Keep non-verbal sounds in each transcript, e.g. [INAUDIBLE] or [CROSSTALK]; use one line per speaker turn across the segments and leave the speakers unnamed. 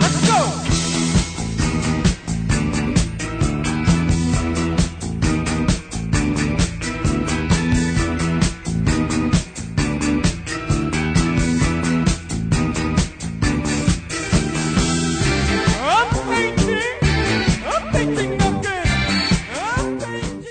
Let's go! I'm painting. I'm painting again. I'm painting.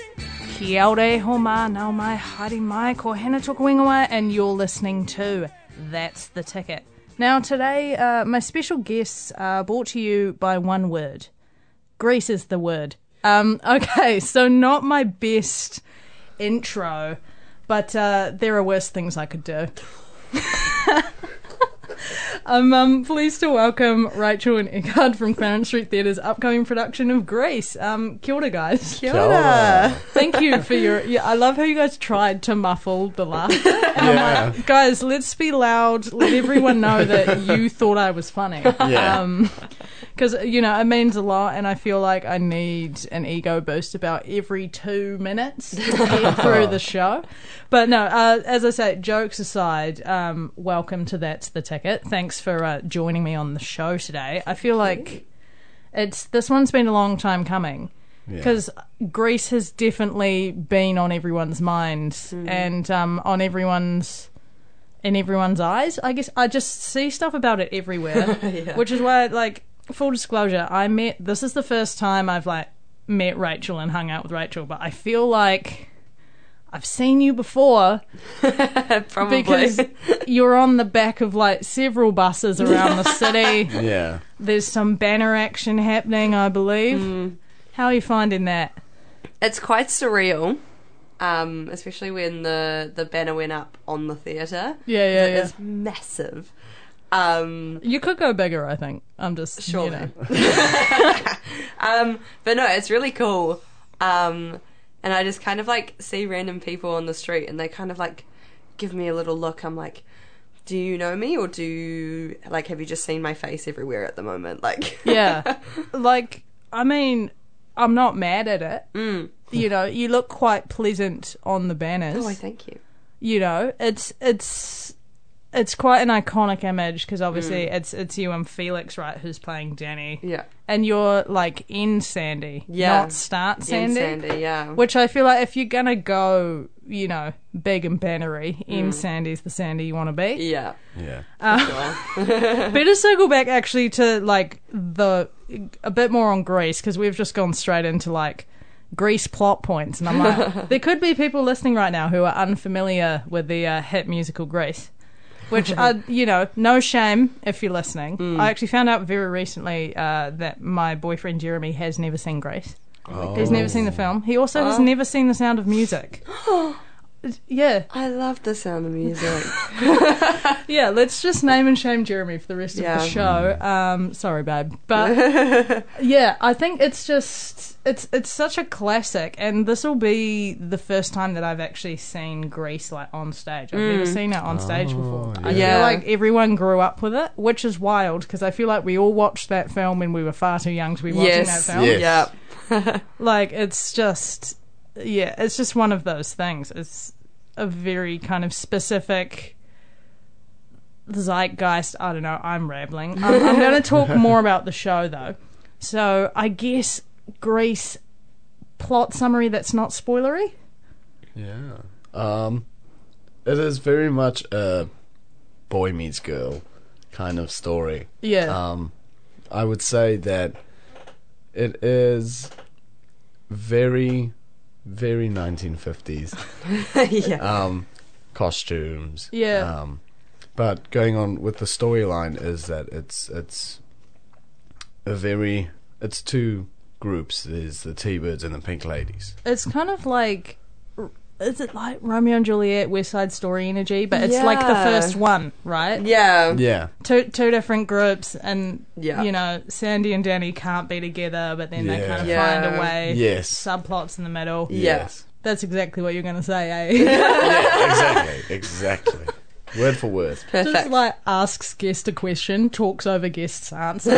Kia ora, homa, nau mai, haere mai, ko hana tōku ingoa, and you're listening to That's the Ticket. Now, today, uh, my special guests are brought to you by one word. Greece is the word. Um, [LAUGHS] okay, so not my best intro, but uh, there are worse things I could do. I'm um, pleased to welcome Rachel and Eckhard from Clarence Street Theatre's upcoming production of Greece. Um, kia ora, guys. Kia
ora.
Thank you for your. Yeah, I love how you guys tried to muffle the
[LAUGHS]
laughter. And I'm like, guys, let's be loud. Let everyone know that
[LAUGHS]
you thought I was funny. Um,
Yeah.
Because, you know, it means a lot, and I feel like I need an ego boost about every two minutes to get through the show. But no, uh, as I say, jokes aside, um, welcome to That's the Ticket. Thanks for uh, joining me on the show today. I feel like it's this one's been a long time coming because Greece has definitely been on everyone's mind and um, on everyone's in everyone's eyes. I guess I just see stuff about it everywhere, which is why, like, full disclosure, I met. This is the first time I've like met Rachel and hung out with Rachel, but I feel like I've seen you before [LAUGHS]
Probably. [LAUGHS]
because you're on the back of like several buses around the city.
Yeah.
There's some banner action happening, I believe. How are you finding that?
it's quite surreal, um, especially when the, the banner went up on the theatre.
Yeah, yeah, yeah.
It's massive. Um,
You could go bigger, I think. I'm just sure.
Surely. [LAUGHS] um, but no, it's really cool. Um, and I just kind of like see random people on the street and they kind of like give me a little look. I'm like, do you know me or do you, like, have you just seen my face everywhere at the moment? [LAUGHS] Like,
yeah. Like, I mean, I'm not mad at it. You know, you look quite pleasant on the banners.
oh, thank you.
you know, it's it's it's quite an iconic image because obviously it's it's you and Felix, right, who's playing Danny.
Hmm. Yeah.
And you're like in Sandy,
Yeah.
not start
In
Sandy.
Sandy, yeah.
Which I feel like if you're gonna go, you know, big and bannery,
Hmm.
in Sandy's the Sandy you want to be.
yeah.
Yeah.
Better circle back actually to like the a bit more on Greece because we've just gone straight into like Greece plot points, and I'm like, there could be people listening right now who are unfamiliar with the uh, hit musical Greece, which uh you know, no shame if you're listening. I actually found out very recently uh, that my boyfriend Jeremy has never seen Greece. He's never seen the film. He also has never seen The Sound of Music. yeah,
I love the sound of music.
yeah, let's just name and shame Jeremy for the rest
Yeah.
of the show. Um, sorry, babe, but
[LAUGHS]
yeah, I think it's just it's it's such a classic, and this will be the first time that I've actually seen Grease like on stage. I've never
Mm.
seen it on stage before. I
yeah.
feel like everyone grew up with it, which is wild because I feel like we all watched that film when we were far too young to be watching
yes.
that film.
Yes.
Yeah.
Like it's just yeah, it's just one of those things. It's a very kind of specific zeitgeist. I don't know. I'm rambling. I'm, I'm going to talk more about the show though. So I guess Greece plot summary that's not spoilery.
Yeah. Um, it is very much a boy meets girl kind of story.
Yeah.
Um, I would say that it is very, very 1950s.
yeah.
um, costumes.
Yeah.
Um, but going on with the storyline is that it's it's a very it's two groups. There's the T Birds and the Pink Ladies.
it's kind of like is it like Romeo and Juliet West Side Story energy, but it's like the
Yeah.
first one, right?
yeah.
Yeah.
two two different groups, and
Yeah.
you know Sandy and Danny can't be together, but then they
Yeah.
kind of
Yeah.
find a way.
Yes.
subplots in the middle.
Yes. [LAUGHS]
That's exactly what you're going to say, eh?
exactly. Exactly. word for word.
Perfect.
Just like asks guest a question, talks over guest's
[LAUGHS]
answer.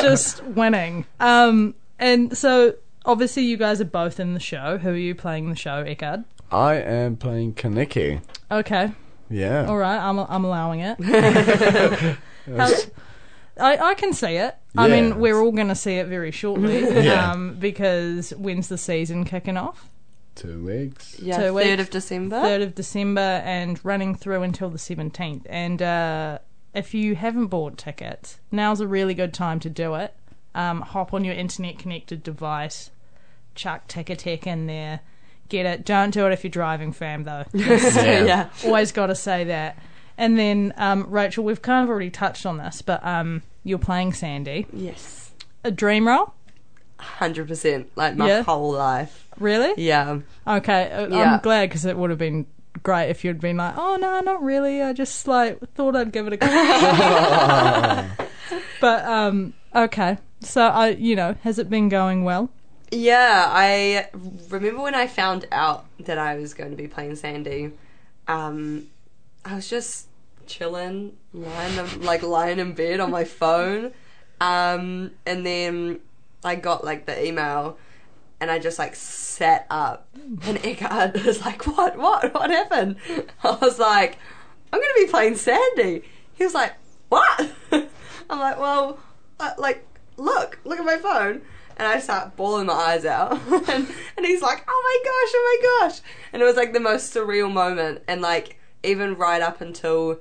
Just winning. Um, and so obviously you guys are both in the show. Who are you playing in the show, Eckard?
I am playing Kaneki.
Okay,
Yeah.
all right, I'm I'm allowing
[LAUGHS]
it. How- I, I can see it. I
Yeah.
mean, we're all going to see it very shortly
[LAUGHS] Yeah.
um, because when's the season kicking off?
Two
[LAUGHS]
weeks.
yeah,
So wait-
3rd of December.
3rd of December and running through until the 17th. And uh, if you haven't bought tickets, now's a really good time to do it. Um, hop on your internet connected device, chuck Ticketek in there, get it. Don't do it if you're driving, fam, though.
yeah.
Always got to say that. And then, um, Rachel, we've kind of already touched on this, but um, you're playing Sandy.
Yes.
A dream role?
100%. Like my
Yeah.
whole life.
Really?
Yeah.
Okay, uh,
Yeah.
I'm glad because it would have been great if you'd been like, "Oh no, not really. I just like thought I'd give it a go."
[LAUGHS]
but um, okay, so I, you know, has it been going well?
Yeah, I remember when I found out that I was going to be playing Sandy. Um, I was just chilling, lying like lying in bed on my phone, um, and then I got like the email, and I just like sat up, and Eckhart [LAUGHS] was like, "What? What? What happened?" [LAUGHS] I was like, "I'm going to be playing Sandy." He was like, "What?" [LAUGHS] I'm like, "Well, uh, like, look, look at my phone." And I start bawling my eyes out. [LAUGHS] and, and he's like, oh my gosh, oh my gosh. And it was like the most surreal moment. And like, even right up until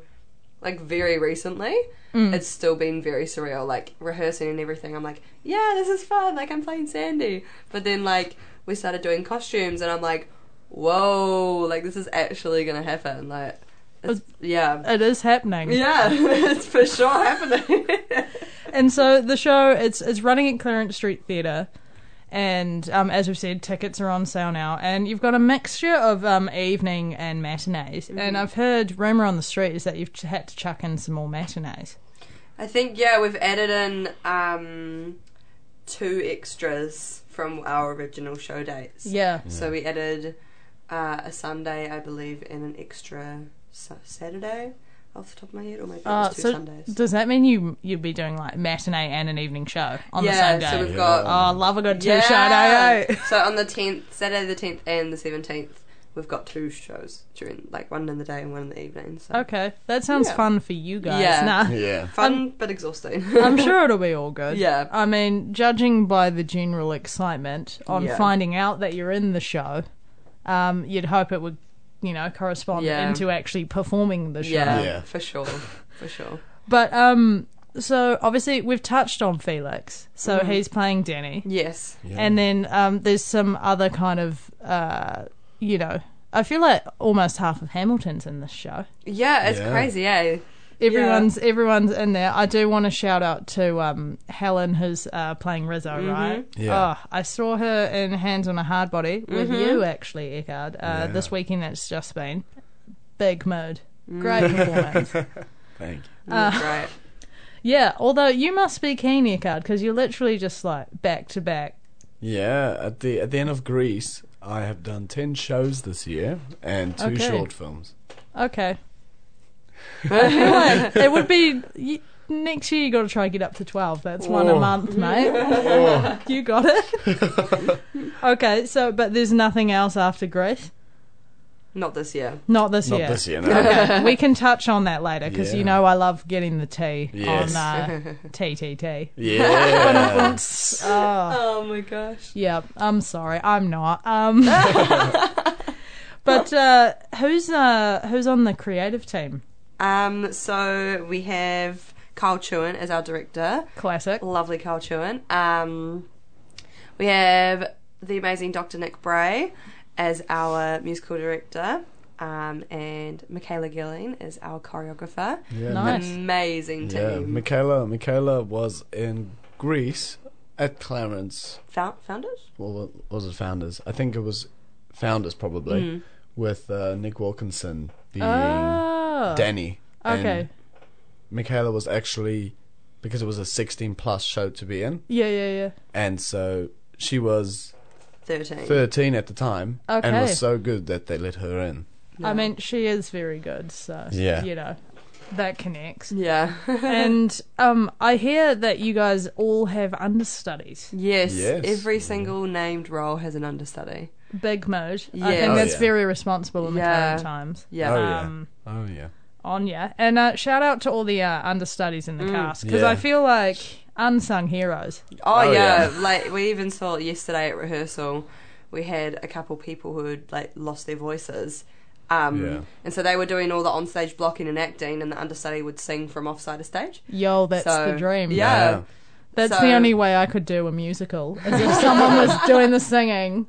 like very recently, it's still been very surreal. Like rehearsing and everything, I'm like, yeah, this is fun. Like I'm playing Sandy, but then like we started doing costumes, and I'm like, whoa, like this is actually gonna happen. Like, it's,
[LAUGHS]
yeah,
It is happening,
yeah, [LAUGHS] it's for sure happening. [LAUGHS]
and so the show it's it's running at Clarence Street Theatre. And um, as we've said, tickets are on sale now, and you've got a mixture of um, evening and matinees. And I've heard rumor on the street is that you've ch- had to chuck in some more matinees.
I think yeah, we've added in um, two extras from our original show dates.
Yeah,
So we added uh, a Sunday, I believe, and an extra sa- Saturday off the top of my head, or maybe it was
Uh,
two
so
Sundays.
does that mean you you'd be doing like matinee and an evening show on the
yeah,
same day?
so we've got
oh, love a good two
yeah.
show day. eh? [LAUGHS]
so on the tenth, Saturday the tenth, and the seventeenth, we've got two shows during like one in the day and one in the evening. So
Okay, that sounds
Yeah.
fun for you guys.
Yeah.
Nah,
Yeah.
fun but exhausting.
I'm sure it'll be all good.
Yeah.
I mean, judging by the general excitement on
Yeah.
finding out that you're in the show, um, you'd hope it would, you know, correspond
Yeah.
into actually performing the show.
[LAUGHS] yeah,
Yeah.
for sure, for sure.
But um, so obviously we've touched on Felix, so
Mm-hmm.
he's playing Danny.
Yes,
and then um, there's some other kind of uh, you know i feel like almost half of hamilton's in this show
yeah, it's
Yeah.
crazy, eh?
everyone's everyone's in there i do want to shout out to um, helen who's uh, playing rizzo right
Yeah.
oh, i saw her in hands on a hard body with you actually Eckard, uh, this weekend that's just been big mood great performance
Thank you.
Uh.
That's right.
yeah although you must be keen Eckard, because you're literally just like back to back
Yeah, at the at the end of Greece, I have done ten shows this year and two
Okay.
short films. [LAUGHS]
Okay. I feel like it would be y- next year. You got to try and get up to twelve. That's one a
Oh.
month, mate. you got it.
[LAUGHS]
okay, so but there's nothing else after Greece.
Not this year.
Not this
Not
year. [LAUGHS]
this year, no.
we can touch on that later because you
Yeah.
know I love getting the tea
Yes.
on
[LAUGHS]
uh, TTT.
[LAUGHS]
[LAUGHS]
yeah.
Oh.
Oh my gosh.
Yeah, I'm sorry, I'm not.
[LAUGHS]
Um, but uh, who's uh, who's on the creative team?
Um, so we have Carl Chuan as our director.
Classic.
Lovely Carl Chuan. Um, we have the amazing Dr. Nick Bray as our musical director. Um, and Michaela Gilling is our choreographer.
Yeah,
Nice.
Amazing
Yeah,
team.
Michaela Michaela was in Greece at Clarence.
Found, found it?
Well, what was it Founders? I think it was Founders probably
Mm.
with uh, Nick Wilkinson being
Oh.
Danny. And
Okay.
Michaela was actually because it was a 16 plus show to be in,
Yeah, yeah, yeah.
and so she was
13.
13 at the time and
Okay.
was so good that they let her in.
I mean, she is very good, so
Yeah.
you know that connects.
Yeah. [LAUGHS]
and um, I hear that you guys all have understudies.
yes,
Yes.
Every single named role has an understudy.
Big mode. I
Yes.
think
Oh,
that's
yeah.
very responsible in the
Yeah.
current times.
Yeah.
Oh
Um,
yeah. Oh yeah.
On yeah, and uh, shout out to all the uh, understudies in the
Mm.
cast because
Yeah.
I feel like unsung heroes.
Oh,
Oh,
yeah.
yeah.
like we even saw it yesterday at rehearsal. We had a couple people who had like lost their voices. Um,
Yeah.
And so they were doing all the onstage blocking and acting, and the understudy would sing from offside of stage.
Yo, that's
So,
the dream.
Yeah.
Yeah.
That's
So-
the only way I could do a musical is
[LAUGHS]
if someone was doing the singing,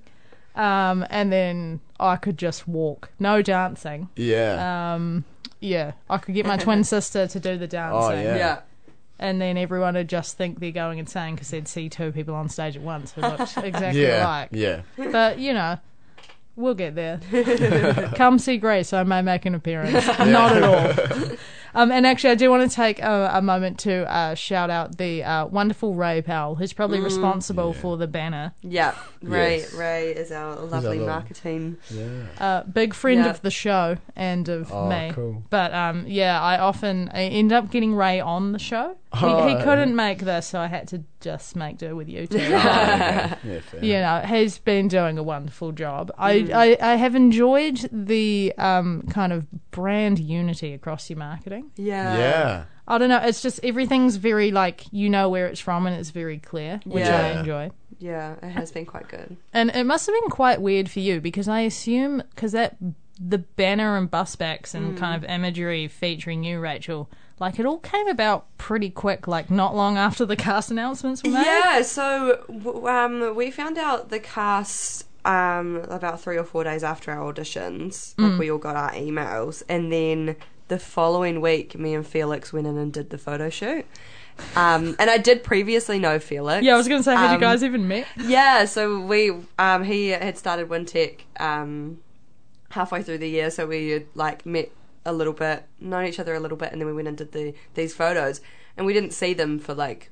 um, and then I could just walk, no dancing.
Yeah.
Um, yeah, I could get my twin sister to do the dancing,
Oh, Yeah.
Yeah.
and then everyone would just think they're going insane because they'd see two people on stage at once who looked exactly
yeah.
alike.
Yeah.
But you know, we'll get
[LAUGHS]
there. Come see Grace. I may make an appearance. Not at all.
[LAUGHS]
Um, and actually, I do want to take a, a moment to uh, shout out the uh, wonderful Ray Powell, who's probably responsible for the banner.
Yeah. Ray,
Yes.
Ray is our lovely
little-
marketing.
Yeah.
Uh, big friend
Yeah.
of the show and of
Oh,
me.
cool.
But um, yeah, I often I end up getting Ray on the show.
Oh,
he, he
yeah.
couldn't make this, so I had to just make do with you two.
[LAUGHS] Yeah.
[LAUGHS]
yeah fair.
you know, he's been doing a wonderful job. I, I, I have enjoyed the um, kind of brand unity across your marketing.
Yeah.
Yeah.
I don't know, it's just everything's very like you know where it's from and it's very clear, which I
Yeah.
enjoy.
Yeah. It has been quite good.
And it must have been quite weird for you because I assume because that the banner and bus backs
Hmm.
and kind of imagery featuring you, Rachel, like it all came about pretty quick, like not long after the cast announcements were made.
Yeah, so w- um, we found out the cast um, about three or four days after our auditions.
Mm.
Like we all got our emails, and then the following week, me and Felix went in and did the photo shoot. Um, and I did previously know Felix.
Yeah, I was going to say, had you
Um,
guys even
[LAUGHS]
met?
yeah, so we um, he had started WinTech um, halfway through the year, so we had like met a little bit, known each other a little bit, and then we went and did the these photos, and we didn't see them for like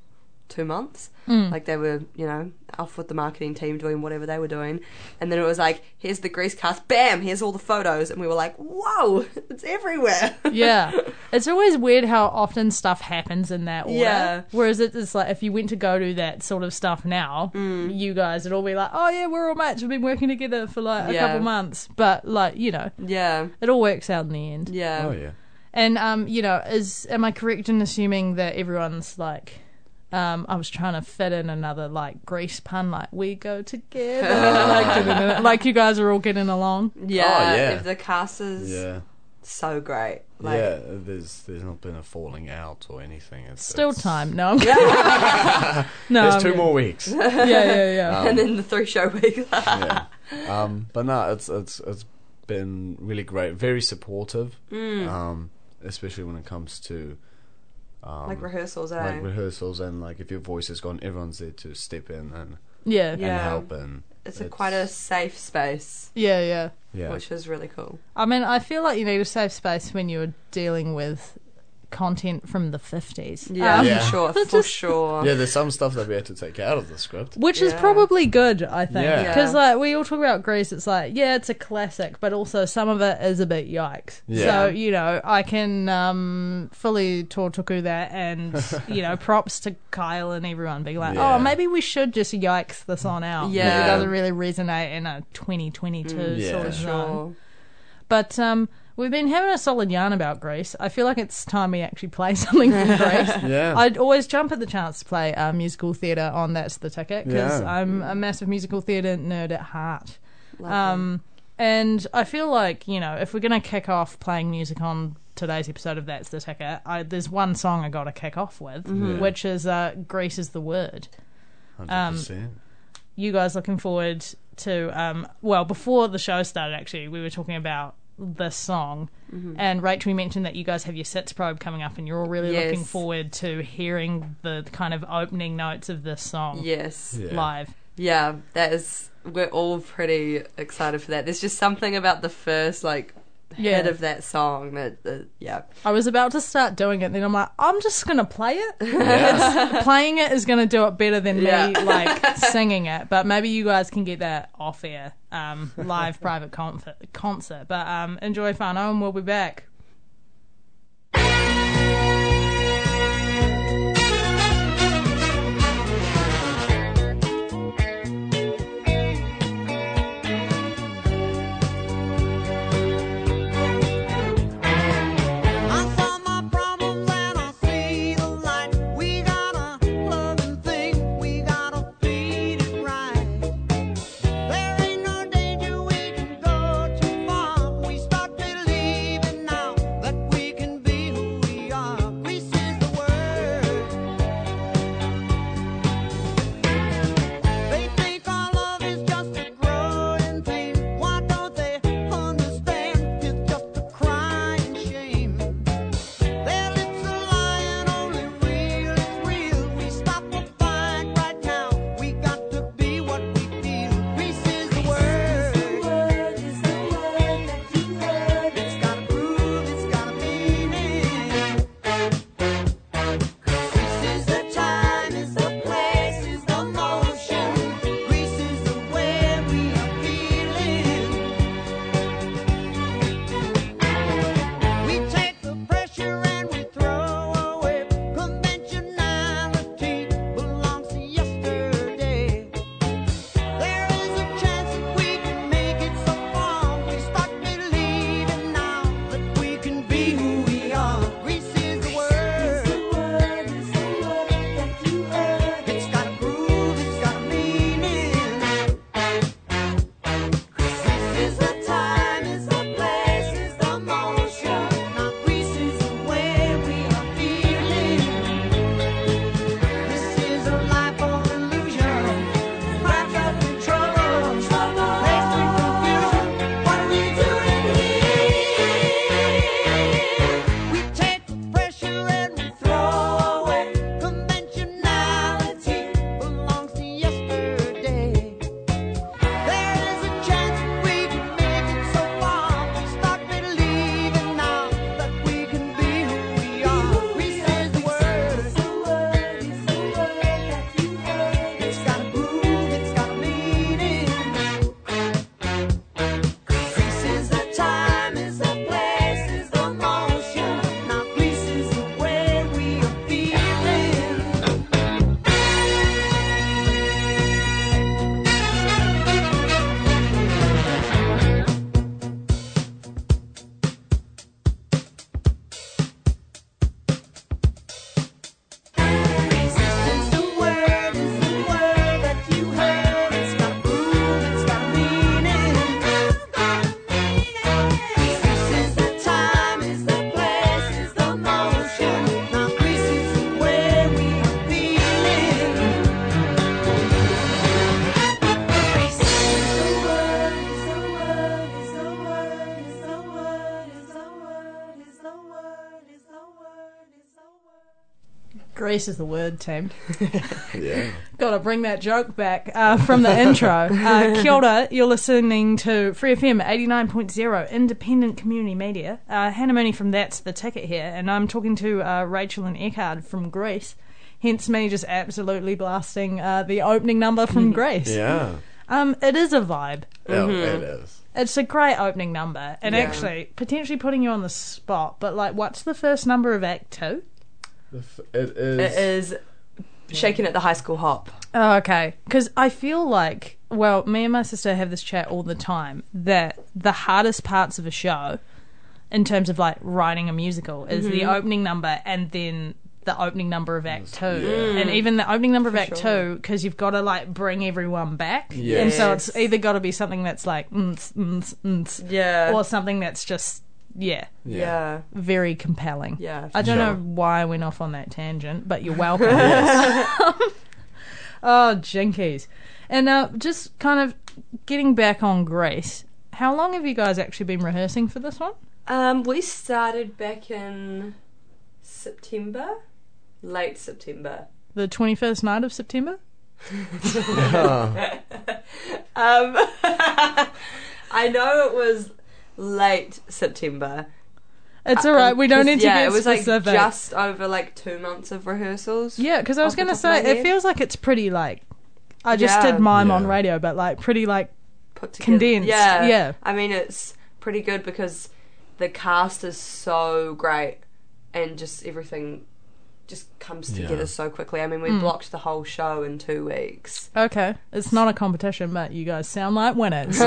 two months. Like they were, you know, off with the marketing team doing whatever they were doing, and then it was like, here's the grease cast, bam, here's all the photos, and we were like, whoa, [LAUGHS] it's everywhere.
yeah. It's always weird how often stuff happens in that order.
Yeah.
Whereas it- it's like if you went to go do that sort of stuff now,
Mm.
you guys would all be like, oh, yeah, we're all mates. We've been working together for like a
Yeah.
couple months. But, like, you know,
[LAUGHS] yeah,
it all works out in the end.
yeah.
Oh yeah.
And, um, you know, is am I correct in assuming that everyone's like, um, I was trying to fit in another like grease pun, like we go together, like, like you guys are all getting along.
Yeah,
Oh, yeah.
if the cast is
Yeah.
so great. Like,
yeah. There's there's not been a falling out or anything. It's
Still
it's-
time? Um, No, I'm kidding.
[LAUGHS]
no,
There's
I'm
two
kidding. [LAUGHS]
more weeks.
Yeah, yeah, yeah.
[LAUGHS]
[LAUGHS] Um,
And then the three show [LAUGHS] week.
yeah. Um, but no, it's it's it's been really great. Very supportive.
Mm.
Um, especially when it comes to
like rehearsals, eh?
like rehearsals and like if your voice is gone, everyone's there to step in and,
Yeah,
Yeah.
yeah,
and help and
it's a quite a safe space,
yeah,
yeah.
which is really cool.
I mean, I feel like you need a safe space when you're dealing with content from the 50s.
Yeah,
Um,
Yeah.
for sure,
But [LAUGHS]
for
just-
sure.
yeah, there's some stuff that we had to take out of the script.
Which is
Yeah.
probably good, I think.
Yeah.
Because, like, we all talk about Greece, it's like, yeah, it's a classic, but also some of it is a bit yikes.
Yeah.
So, you know, I can um, fully tortuku that
[LAUGHS]
and, you know, props to Kyle and everyone being like,
Yeah.
oh, maybe we should just yikes this on out. 'cause
Yeah.
It doesn't really resonate in a 2022
Mm. yeah.
sort of
For
zone.
Sure.
But um, we've been having a solid yarn about Greece. I feel like it's time we actually play [LAUGHS] something from Greece.
[LAUGHS] Yeah.
I'd always jump at the chance to play uh, musical theatre on That's the Ticket because
Yeah.
I'm a massive musical theatre nerd at heart. Um, and I feel like, you know, if we're going to kick off playing music on today's episode of That's the Ticket, I, there's one song I got to kick off with,
Yeah.
which is uh, Greece is the Word
100%.
you guys looking forward to um well before the show started actually we were talking about this song
Mm-hmm.
and rachel you mentioned that you guys have your sets probe coming up and you're all really
Yes.
looking forward to hearing the kind of opening notes of this song
Yes. Yeah.
Yeah.
live
that is. We're all pretty excited for that. There's just something about the first like head
Yeah.
of that song. That that- yeah,
I was about to start doing it, then I'm like, I'm just gonna play
[LAUGHS]
it. Playing it is gonna do it better than
Yeah.
me like
[LAUGHS]
singing it. But maybe you guys can get that off air um, live private concert. concert. But um, enjoy Fano, and we'll be back.
I saw my problems and I see the light. We got a loving thing, we gotta feed it right. There ain't no danger we can go too far. We start believing now that we can be who we are. Greece is the word. They think our love is just a growing pain. Why don't they understand? It's just a crying shame. Their lips are lying, only real is real. We stop the fight right now. We got to be what we feel. Peace is the word. It's got a groove, it's got a meaning. This is the time, is the place, is the motion. This is the way we are feeling. We take the pressure and we throw away. Conventionality belongs to yesterday. There is a chance that we can make it so far. We start believing now that we can be who we are. Greece is the word. It's got a groove, it's got a meaning. This is the time, it's the place, it's the motion. Now Greece is the way we are feeling. This is a life of illusion. Wrapped up in trouble, laced in confusion. What we doing here? We take the pressure and we throw away. Conventionality belongs to yesterday. There is a chance we can make it so far. Start believing now that we can be who we are. Greece is the word. It's got a groove, it's got a meaning. Greece is the time, is the place, is the motion. Now Greece is the way we are feeling. Resistance the word is the word that you heard. It's got groove, it's got meaning. This is the time, is the place, is the motion. Now this is the way we are feeling. Resistance the word is the word is the word is the word is the word is the word is the word is the word.
Grace is the word, team.
[LAUGHS] Yeah.
Gotta bring that joke back uh, from the intro.
[LAUGHS]
Uh, kia ora, you're listening to Free FM 89.0, independent community media. Uh, Hannah Mooney from That's the Ticket here, and I'm talking to uh, Rachel and Eckhard from Greece. Hence me just absolutely blasting uh, the opening number
[LAUGHS]
from Greece.
Yeah.
Um, it is a vibe.
Oh, it is.
It's a great opening number, and actually potentially putting you on the spot. But like, what's the first number of Act Two?
The f- It is.
it is shaking at the high school hop.
Oh, okay. Because I feel like, well, me and my sister have this chat all the time that the hardest parts of a show, in terms of like writing a musical, is the
Mm-hmm.
opening number and then the opening number of Act Two, and even the opening number of Act Two, because you've got to like bring everyone back, and so it's
Yes.
either got to be something that's like, mm, mm, mm,
Yeah.
or something that's just. Yeah,
yeah.
very compelling.
Yeah.
I don't
Sure.
know why I went off on that tangent, but you're
[LAUGHS]
welcome. oh, jinkies. And uh, just kind of getting back on Grace, how long have you guys actually been rehearsing for this one?
Um, we started back in September, late September.
The 21st night of September?
[LAUGHS]
[LAUGHS] Um, I know it was late September.
It's all right. We don't need to
Uh, yeah,
get
it was
specific.
like just over like two months of rehearsals.
yeah, because I was
off the
gonna
top of my
say it
head.
feels like it's pretty like I just
Yeah.
did mime on
Yeah.
radio, but like pretty like
put together.
Condensed,
Yeah,
yeah.
I mean, it's pretty good because the cast is so great, and just everything just comes together
Yeah.
so quickly. I mean,
Mm.
we blocked the whole show in two weeks.
okay. It's not a competition, but you guys sound like
[LAUGHS]
winners.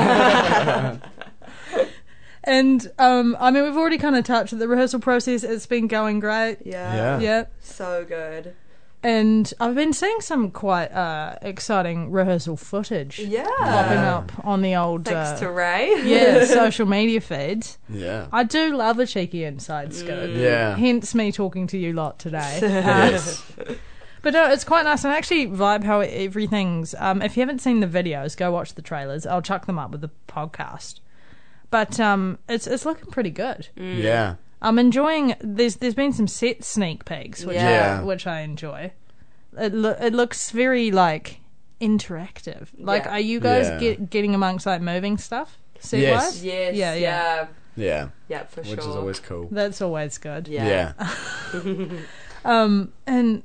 and um, I mean, we've already kind of touched the rehearsal process. It's been going great.
Yeah,
Yeah.
so good.
And I've been seeing some quite uh, exciting rehearsal footage
Yeah,
popping up on the old
thanks
uh,
to
[LAUGHS]
Ray.
yeah social media feed.
Yeah.
I do love a cheeky inside scoop.
Mm.
Yeah.
Hence me talking to you lot
[LAUGHS]
today.
Yes.
but no, it's quite nice. And I actually vibe how everything's. Um, if you haven't seen the videos, go watch the trailers. I'll chuck them up with the podcast. But um, it's it's looking pretty good.
[LAUGHS]
Mm.
Yeah.
I'm enjoying. There's there's been some set sneak peeks, which
Yeah.
I, which I enjoy. It lo- it looks very like interactive. Like,
Yeah.
are you guys
Yeah.
get, getting amongst like moving stuff? Set
Yes.
wise?
[LAUGHS] Yes.
Yeah,
Yeah.
yeah.
Yeah.
Yeah.
for
Which
sure.
is always cool.
That's always good.
yeah.
Yeah.
And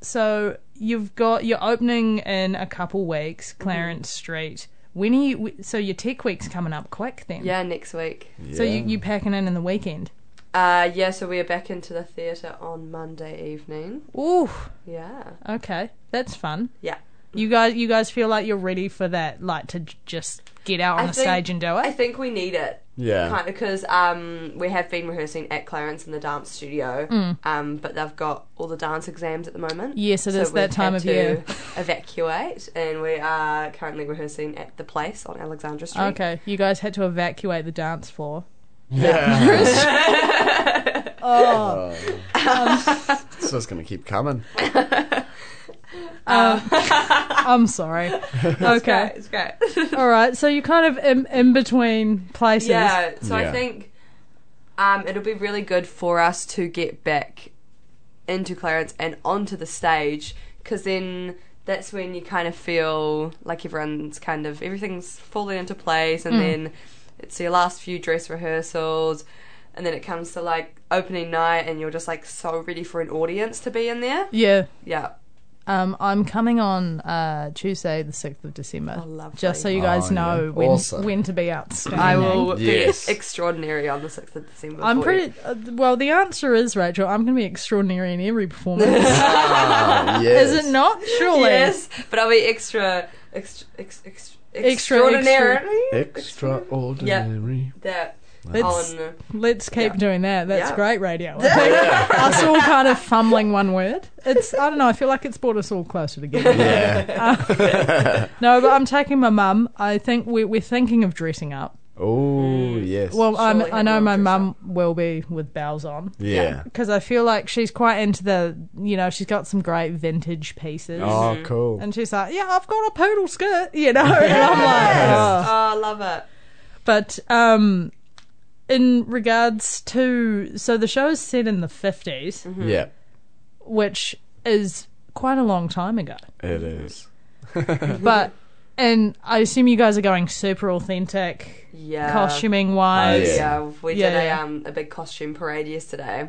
so you've got you're opening in a couple weeks,
Mm-hmm.
Clarence Street. When are you? So your tech week's coming up quick then.
Yeah, next week.
So you you packing in in the weekend.
Uh, yeah, so we are back into the theatre on Monday evening.
Ooh,
Yeah.
okay, that's fun.
Yeah.
You guys, you guys feel like you're ready for that, like to j- just get out on
I
the
think-
stage and do
I
it.
think we need it.
Yeah.
Kind of because um, we have been rehearsing at Clarence in the dance studio,
Mm.
um, but they've got all the dance exams at the moment.
Yes, it
it is
is that time of year.
[LAUGHS] Evacuate, and we are currently rehearsing at the place on Alexandra Street.
Okay, you guys had to evacuate the dance floor.
Yeah.
Oh.
Oh. [LAUGHS] It's just gonna keep coming.
Um,
[LAUGHS]
I'm sorry.
Yeah,
okay,
it's great. [LAUGHS]
all right. So you're kind of in, in between places.
yeah, so I
Yeah.
think um, it'll be really good for us to get back into Clarence and onto the stage because then that's when you kind of feel like everyone's kind of everything's falling into place
Hmm.
and then it's your last few dress rehearsals and then it comes to like opening night and you're just like so ready for an audience to be in there
Yeah.
yeah
Um, I'm coming on uh, Tuesday, the sixth of December.
lovely.
Just so you guys
Oh,
know
yeah.
when
Awesome.
when to be outstanding.
I will
Yes.
be extraordinary on the 6th of December
Mm-hmm. I'm
for you.
pretty uh, well. The answer is Rachel. I'm going to be extraordinary in every
[LAUGHS]
performance.
[LAUGHS]
Ah, yes.
is it not? Surely.
Yes, but I'll be extra, extra, ex, ex,
Extra,
extraordinary.
Extraordinary.
That
Let's
on
let's keep
Yeah.
doing that. That's
Yeah.
great
[LAUGHS]
radio. I think us all kind of fumbling one word. It's I don't know. I feel like it's brought us all closer together. Uh,
Yeah.
[LAUGHS] No, but I'm taking my mum. I think we, we're thinking of dressing up.
Oh yes.
Well, I'm,
Surely
I know
everyone
my
will dress
mum will be with bells on.
yeah.
because I feel like she's quite into the, you know, she's got some great vintage pieces.
Oh, cool.
And she's like, yeah, I've got a poodle skirt, you
[LAUGHS]
know. And I'm like, "Oh."
oh, I love it.
But um, in regards to, so the show is set in the 50s,
Mm-hmm.
yeah.
which is quite a long time ago.
It is.
But, and I assume you guys are going super authentic,
Yeah.
costuming wise.
Oh,
Yeah, we
Yeah,
did
yeah.
A, um, a big costume parade yesterday.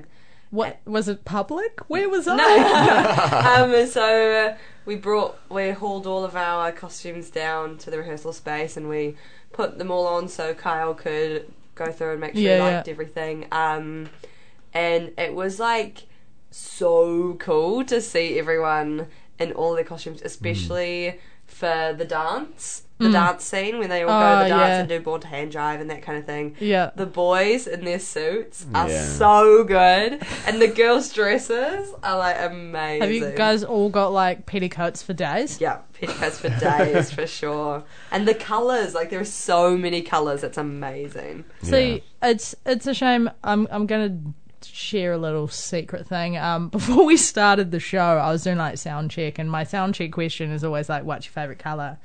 What was it public? Where was I? [LAUGHS]
[LAUGHS] Um, so uh, we brought, we hauled all of our costumes down to the rehearsal space and we put them all on so Kyle could go through and make sure
Yeah,
he
yeah.
liked everything. Um, and it was like so cool to see everyone in all their costumes,
Mm.
especially for the dance, the dance scene when they all go to
Oh,
the dance
yeah.
and do born to hand drive and that kind of thing.
Yeah.
The boys in their suits are
Yeah.
so good, and the girls' dresses are like amazing.
Have you guys all got like petticoats for days?
Yeah, petticoats for days for sure. And the colours, like there are so many colours, it's amazing.
See, it's it's a shame. I'm I'm gonna share a little secret thing. Um, [LAUGHS] before we started the show, I was doing like sound check, and my sound check question is always like, "What's your favorite color?"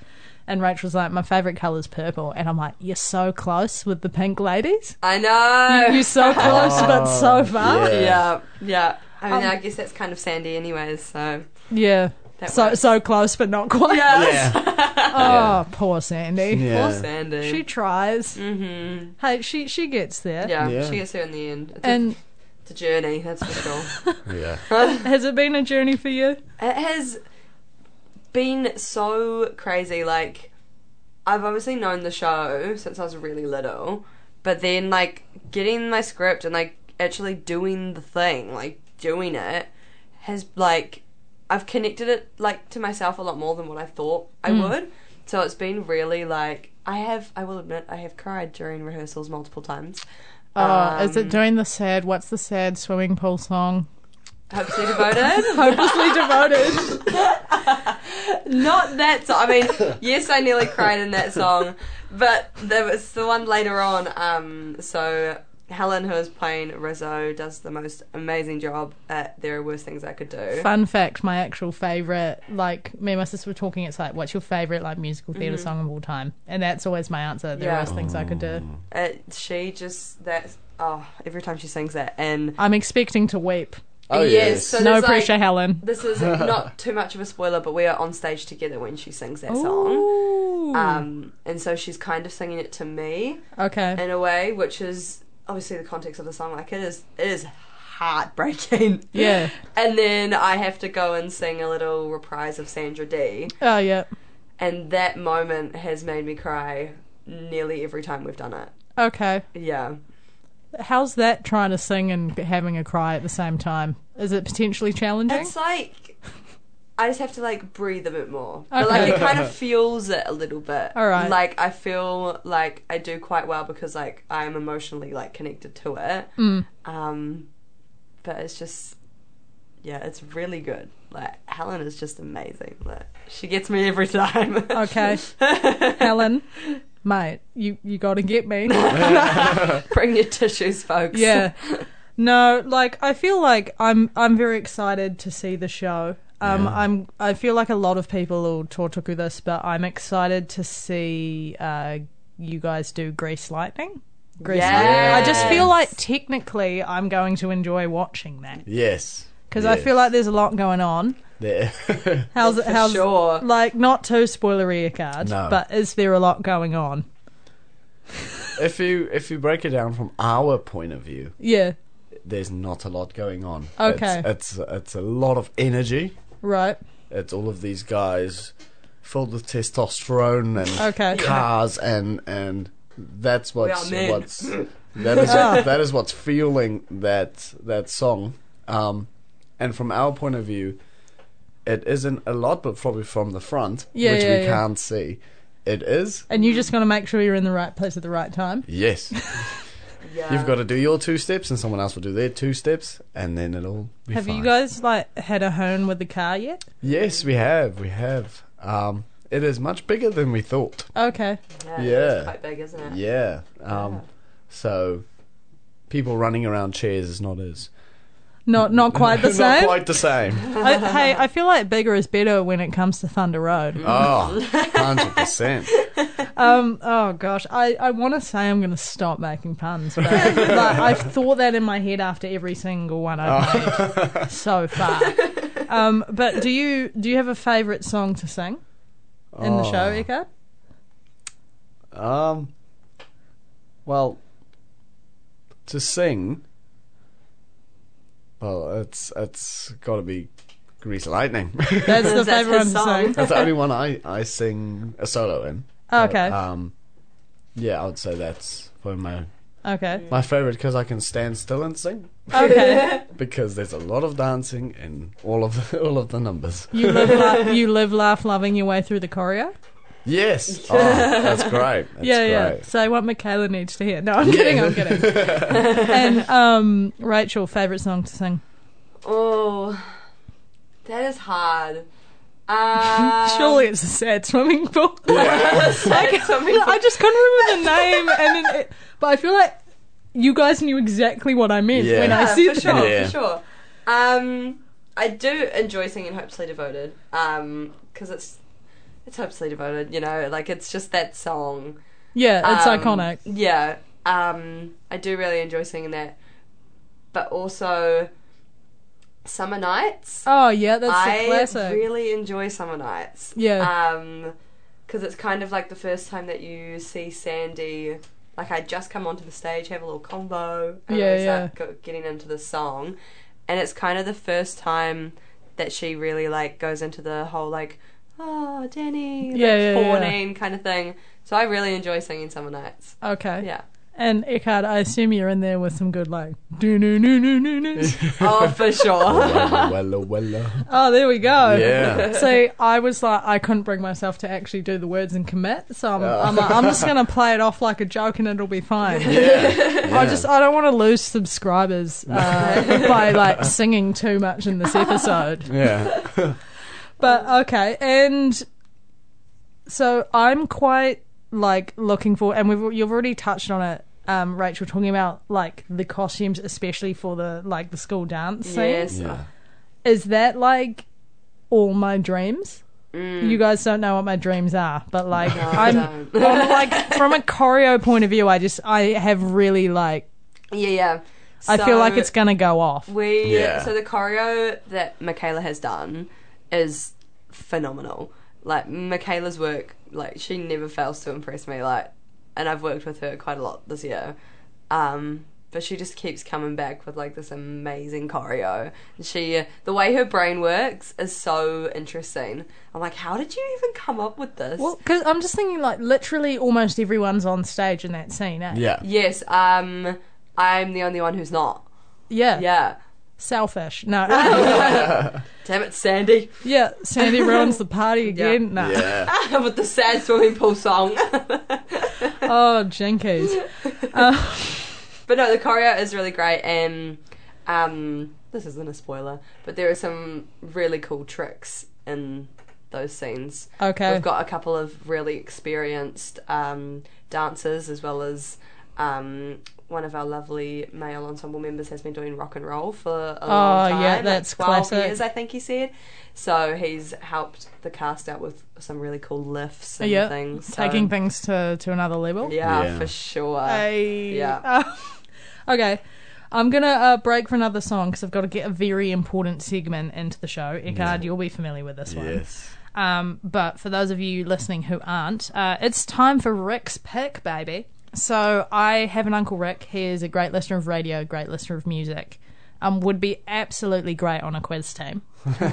And Rachel's like, "My favorite color is purple," and I'm like, "You're so close with the pink
[LAUGHS]
ladies. [LAUGHS]
I know.
You're so close, but so far." Um,
yeah, yeah. I mean, I guess that's kind of Sandy, anyways. So
Yeah.
That
So
works.
so close, but not quite. [LAUGHS]
Yeah.
Oh, poor Sandy.
Poor
yeah.
Sandy.
She tries. Mm-hmm. Hey, she she gets there.
Mm. yeah,
Yeah.
she gets there in the end. It's
And
a, it's a journey, that's for sure.
Yeah.
[LAUGHS] has it been a journey for you?
It has been so crazy. Like, I've obviously known the show since I was really little, but then, like, getting my script and, like, actually doing the thing, like, doing it, has, like, I've connected it, like, to myself a lot more than what I thought I
Hmm.
would. So it's been really, like, I have, I will admit, I have cried during rehearsals multiple times. Um,
oh, is it doing the sad? What's the sad swimming pool song?
Hopefully devoted.
[LAUGHS] Hopelessly devoted.
Not that song. I
[LAUGHS]
mean, yes, I nearly cried in that song, but there was the one later on. Um, so Helen, who is playing Rizzo, does the most amazing job at "There Are Worse Things I Could Do."
[LAUGHS] Fun fact: my actual favorite, like me and my sister were talking. It's like, what's your favorite like musical theater song of all time? And that's always my answer. There
Mm-hmm. Yeah.
are worse things I could do.
It, Uh, she just that. Oh, every time she sings that, and
I'm expecting to weep.
Oh, yes.
so
no
there's, like-
pressure, Helen.
This is
[LAUGHS]
not too much of a spoiler, but we are on stage together when she sings that song.
Ooh.
Um, and so she's kind of singing it to me.
okay.
in a way, which is obviously the context of the song. Like it is, it is heartbreaking.
Yeah.
[LAUGHS] And then I have to go and sing a little reprise of Sandra D,
oh yeah.
and that moment has made me cry nearly every time we've done it.
Okay.
Yeah.
How's that trying to sing and having a cry at the same time? Is it potentially challenging?
It's like I just have to like breathe a bit more. But
Okay.
like it kind of
[LAUGHS]
feels it a little bit.
All right.
Like I feel like I do quite well because like I am emotionally like connected to it.
Mm.
Um but it's just yeah, it's really good. Like Helen is just amazing. Like she gets me every [LAUGHS] time. [LAUGHS]
Okay. Helen, mate, you, you got to get
[LAUGHS]
me.
Bring your tissues, folks.
[LAUGHS]
yeah. No, like I feel like I'm I'm very excited to see the show. Um, I'm I feel like a lot of people will tortoku this, but I'm excited to see uh, you guys do Grease Lightning. Grease Lightning. I just feel like technically I'm going to enjoy watching that
Yes.
because I feel like there's a lot going on.
There. [LAUGHS]
How's it? How's
sure.
Like not too spoilery a card,
No.
but is there a lot going on?
if you if you break it down from our point of view,
Yeah.
there's not a lot going on.
Okay.
It's it's, it's a lot of energy.
Right.
It's all of these guys filled with testosterone and
Okay.
cars and and that's what's
men.
what's that is that is what's fueling that that song. Um, and from our point of view, it isn't a lot, but probably from the front,
Yeah,
which
yeah,
we
yeah.
can't see. It is
And you just got to make sure you're in the right place at the right time.
yes.
Yeah.
[LAUGHS] You've got to do your two steps, and someone else will do their two steps, and then it'll be
Have
fine.
you guys like had a hone with the car yet?
Yes, we have. We have. Um, it is much bigger than we thought.
Okay.
Yeah.
It's quite big, isn't it?
Yeah. Um, So, people running around chairs is not as
Not not quite
[LAUGHS]
the
not
same.
quite the same.
I, hey, I feel like bigger is better when it comes to Thunder Road.
Oh, 100 percent.
Um. Oh gosh, I, I want to say I'm going to stop making puns,
[LAUGHS]
but like, I've thought that in my head after every single one I've
Oh.
made so far. Um. But do you do you have a favourite song to sing in the show,
Oh.
Eka?
Um, well, to sing. Well, it's it's got to be Grease Lightning. [LAUGHS]
[LAUGHS] That's the
That's
favourite one
his
to sing.
That's the only one I, I sing a solo in.
Okay.
Um, yeah, I would say that's probably my [LAUGHS]
okay.
my favorite because I can stand still and sing
Okay.
because there's a lot of dancing in all of the, [LAUGHS] all of the numbers.
You live, la- you live, laugh, loving your way through the choreo.
Yes, oh, that's great. That's
yeah, yeah.
great.
So what Michaela needs to hear. No, I'm kidding. I'm
[LAUGHS]
kidding. and um, Rachel, favorite song to sing?
Oh, that is hard. Uh,
[LAUGHS] Surely it's a sad swimming pool. [LAUGHS]
something
I just couldn't remember the name, and then it, but I feel like you guys knew exactly what I meant
Yeah.
when I
Yeah,
said
for sure,
Yeah.
for sure. Um, I do enjoy singing "Hopelessly Devoted" um, because it's it's hopelessly devoted. You know, like it's just that song.
Yeah, it's
Um,
iconic.
Yeah, um, I do really enjoy singing that, but also Summer Nights.
Oh yeah, that's a
I
classic.
really enjoy Summer Nights.
Yeah.
Um, because it's kind of like the first time that you see Sandy. Like I just come onto the stage, have a little combo, and
Yeah,
really start go- getting into the song, and it's kind of the first time that she really like goes into the whole like, oh Danny,
Yeah,
like,
yeah, yeah.
fawning kind of thing. So I really enjoy singing Summer Nights.
okay. [LAUGHS]
Yeah.
And Eckhart, I assume you're in there with some good like do no no no no
[LAUGHS]
no.
Oh, for sure.
Wella, wella.
Oh, there we go.
Yeah.
So I was like, I couldn't bring myself to actually do the words and commit. So I'm, I'm, like, I'm just gonna play it off like a joke and it'll be fine. I just, I don't want to lose subscribers uh, by like singing too much in this episode.
Yeah.
But okay, and so I'm quite like looking for, and we've you've already touched on it, um, Rachel, talking about like the costumes, especially for the like the school dance scene.
yes.
Yeah.
Is that like all my dreams? You guys don't know what my dreams are, but like
Mm. I
I'm
don't.
from, like from a choreo point of view, I just I have really like
[LAUGHS] Yeah, yeah.
I feel like
So-
it's gonna go off.
We
Yeah.
so the choreo that Michaela has done is phenomenal. Like Michaela's work, like she never fails to impress me. Like, and I've worked with her quite a lot this year, um, but she just keeps coming back with like this amazing choreo. And She uh, the way her brain works is so interesting. I'm like, how did you even come up with this?
Well, because I'm just thinking like literally almost everyone's on stage in that scene. Eh?
Yeah.
Yes, um, I'm the only one who's not.
yeah,
Yeah,
Selfish.
[LAUGHS]
No,
damn it, Sandy,
[LAUGHS]
[LAUGHS]
yeah. Sandy ruins the party again. No.
Yeah.
with the sad swimming pool song. [LAUGHS]
Oh, jinkies. Uh,
But no, the choreo is really great, and um, this isn't a spoiler, but there are some really cool tricks in those scenes.
Okay.
We've got a couple of really experienced um, dancers, as well as um, one of our lovely male ensemble members has been doing rock and roll for a long time.
Oh, yeah,
like
that's
12
classic.
years, I think he said. So he's helped the cast out with some really cool lifts and
yeah,
things. so-
taking things to to another level.
Yeah,
Yeah.
for sure.
Hey.
Yeah.
Uh, [LAUGHS] okay. I'm going to uh, break for another song because I've got to get a very important segment into the show. Eckhard, you'll be familiar with this one.
Yes.
Um, but for those of you listening who aren't, uh, it's time for Rick's pick, baby. So I have an Uncle Rick. He is a great listener of radio, great listener of music. Um, would be absolutely great on a quiz team.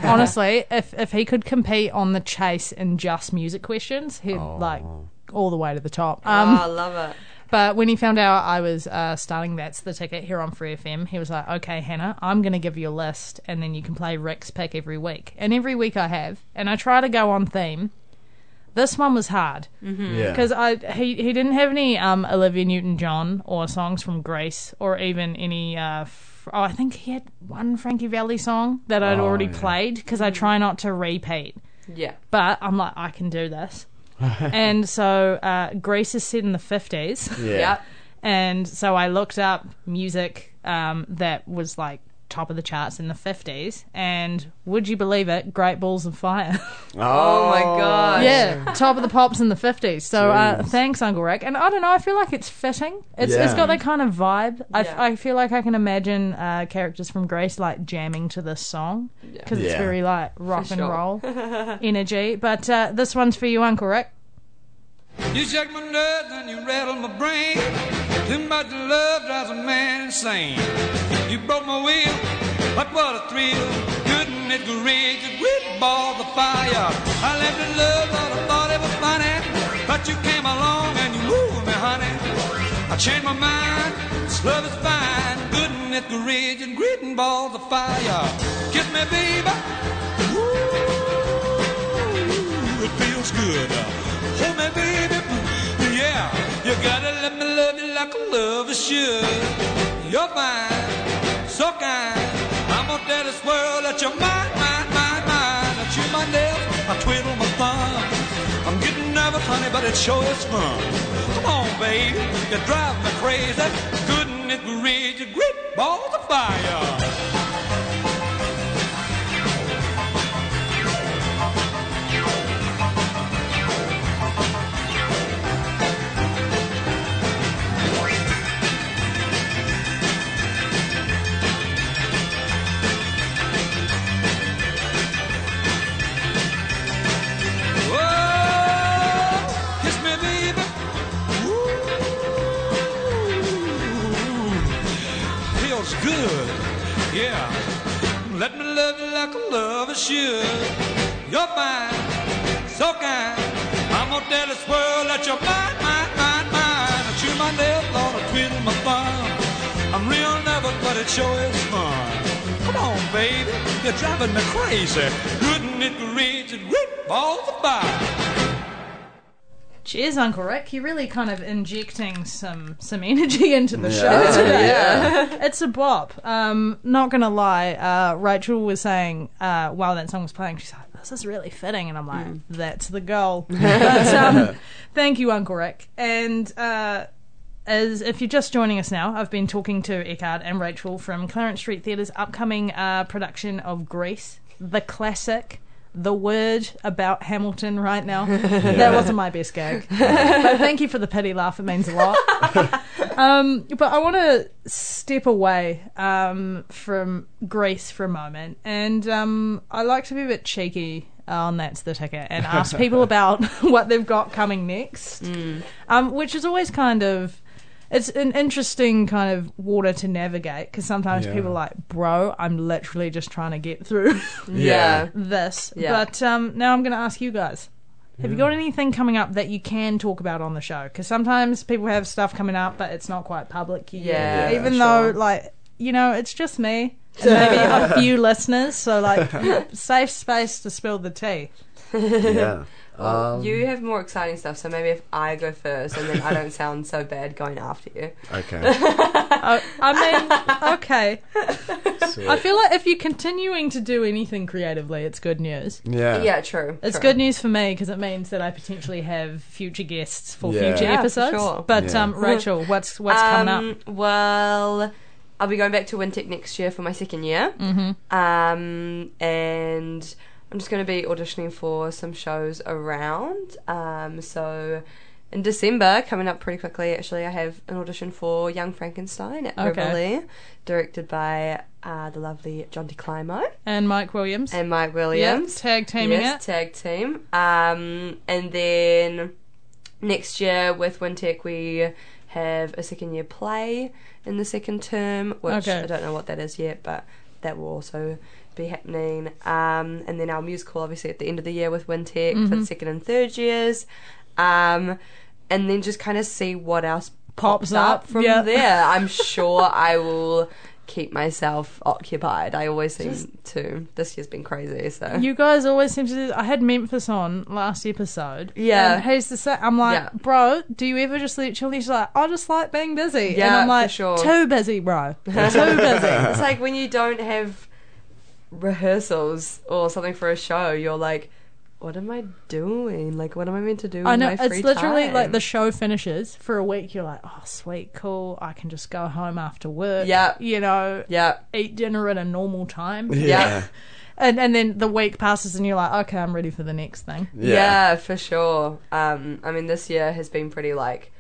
Honestly, if if he could compete on the chase in just music questions, he'd like all the way to the top. Um,
oh, I love it.
but when he found out I was uh, starting That's the Ticket here on Free FM, he was like, okay, Hannah, I'm going to give you a list and then you can play Rick's pick every week. And every week I have. And I try to go on theme. This one was hard
Yeah.
because I he, he didn't have any um, Olivia Newton John or songs from Grace or even any. Uh, f- oh, I think he had one Frankie Valley song that I'd already played because I try not to repeat
Yeah.
but I'm like, I can do this. and so uh, Greece is set in the 50s.
Yeah.
Yeah.
And so I looked up music um, that was like top of the charts in the 50s. And would you believe it? Great Balls of Fire.
Oh, my
[LAUGHS]
god.
yeah, top of the pops in the 50s. So uh, thanks, Uncle Rick. And I don't know, I feel like it's fitting. It's, it's
Yeah.
got that kind of vibe. I,
Yeah.
I feel like I can imagine uh, characters from Grace like jamming to this song because it's
Yeah.
very like rock and [LAUGHS]
sure.
roll energy. But uh, this one's for you, Uncle Rick.
You shake my nerves and you rattle my brain. Too much love drives a man insane. You broke my will, but what a thrill! Couldn't it great with ball the fire? I left in love, but I thought it was funny. But you came along and you moved me, honey. I changed my mind. This love is fine. Couldn't it great and greeting balls of fire? Kiss me, baby. Ooh, it feels good. Hold me, baby. Yeah, you gotta let me love you like a lover should. You're fine, so kind. I'm gonna tell this world that you're mine, mine, mine, mine. I chew my nails, I twiddle my thumb. I'm getting nervous, honey, but it sure is fun. Come on, baby, you drive me crazy. Couldn't it be real? You great balls of fire. yeah. Let me love you like a lover should. You're mine, so kind. I'm gonna tell this world that you're mine, mine, mine, mine. I chew my nail, Lord, I twiddle my thumb. I'm real never, but it sure is fun. Come on, baby, you're driving me crazy. Couldn't it reach and rip all the bar?
Cheers, Uncle Rick. You're really kind of injecting some some energy [LAUGHS] into the show today. [LAUGHS] it's a bop. Um, not gonna lie. Uh, Rachel was saying uh, while that song was playing, she's like, "This is really fitting," and I'm like, "That's the goal." [LAUGHS] but, um, thank you, Uncle Rick. And uh, as if you're just joining us now, I've been talking to Eckhard and Rachel from Clarence Street Theatre's upcoming uh, production of Grease, the classic. The word about Hamilton right now. That wasn't my best gag. but thank you for the petty laugh. It means a lot. um, but I want to step away um, from Greece for a moment. And um, I like to be a bit cheeky on That's the Ticket and ask people about [LAUGHS] what they've got coming next, um, which is always kind of. It's an interesting kind of water to navigate because sometimes
Yeah.
people are like, bro, I'm literally just trying to get through
Yeah.
this.
Yeah.
But um, now I'm going to ask you guys. Have you got anything coming up that you can talk about on the show? Because sometimes people have stuff coming up, but it's not quite public yet.
Yeah,
Even
sure.
though, like, you know, it's just me and maybe a
[LAUGHS]
few listeners. So, like, safe space to spill the tea.
yeah.
you have more exciting stuff, so maybe if I go first and then I don't sound so bad going after you.
Okay.
I, I
[LAUGHS]
mean, okay.
So-
I feel like if you're continuing to do anything creatively, it's good news.
yeah.
Yeah, true.
It's
true.
good news for me because it means that I potentially have future guests for
Yeah.
future
Yeah,
for
episodes.
sure.
But
Yeah.
um, Rachel, what's what's coming up?
Um, Well, I'll be going back to WinTech next year for my second year. Mm-hmm. Um, and I'm just going to be auditioning for some shows around. Um, so in December, coming up pretty quickly, actually, I have an audition for Young Frankenstein at
Okay.
Rivoli, directed by uh, the lovely John DeClimo
And Mike Williams.
and Mike
Yeah,
Williams.
tag teaming
yes,
it.
tag team. Um, and then next year with WinTech, we have a second year play in the second term, which
Okay.
I don't know what that is yet, but that will also be happening. Um, and then our musical, obviously, at the end of the year with WinTech for
Mm-hmm.
the second and third years. Um, and then just kind of see what else
Pops
pops,
up,
up from
yeah.
there. I'm sure I will keep myself occupied. I always seem to. This year's been crazy, so.
You guys always seem to do. I had Memphis on last episode.
Yeah.
And he's the same. I'm like,
Yeah.
bro, do you ever just let chill? He's like, I just like being busy. and
Yeah,
I'm
for
like,
sure.
too busy, bro. Too
[LAUGHS]
busy.
it's like when you don't have rehearsals or something for a show, you're like, what am I doing? Like, what am I meant to do?
I
in
know.
my
It's
free
literally
time?
like the show finishes for a week. You're like, oh, sweet, cool. I can just go home after work.
Yeah.
You know,
yeah,
eat dinner at a normal time.
yeah,
And, and then the week passes and you're like, okay, I'm ready for the next thing.
yeah, for sure. Um, I mean, this year has been pretty like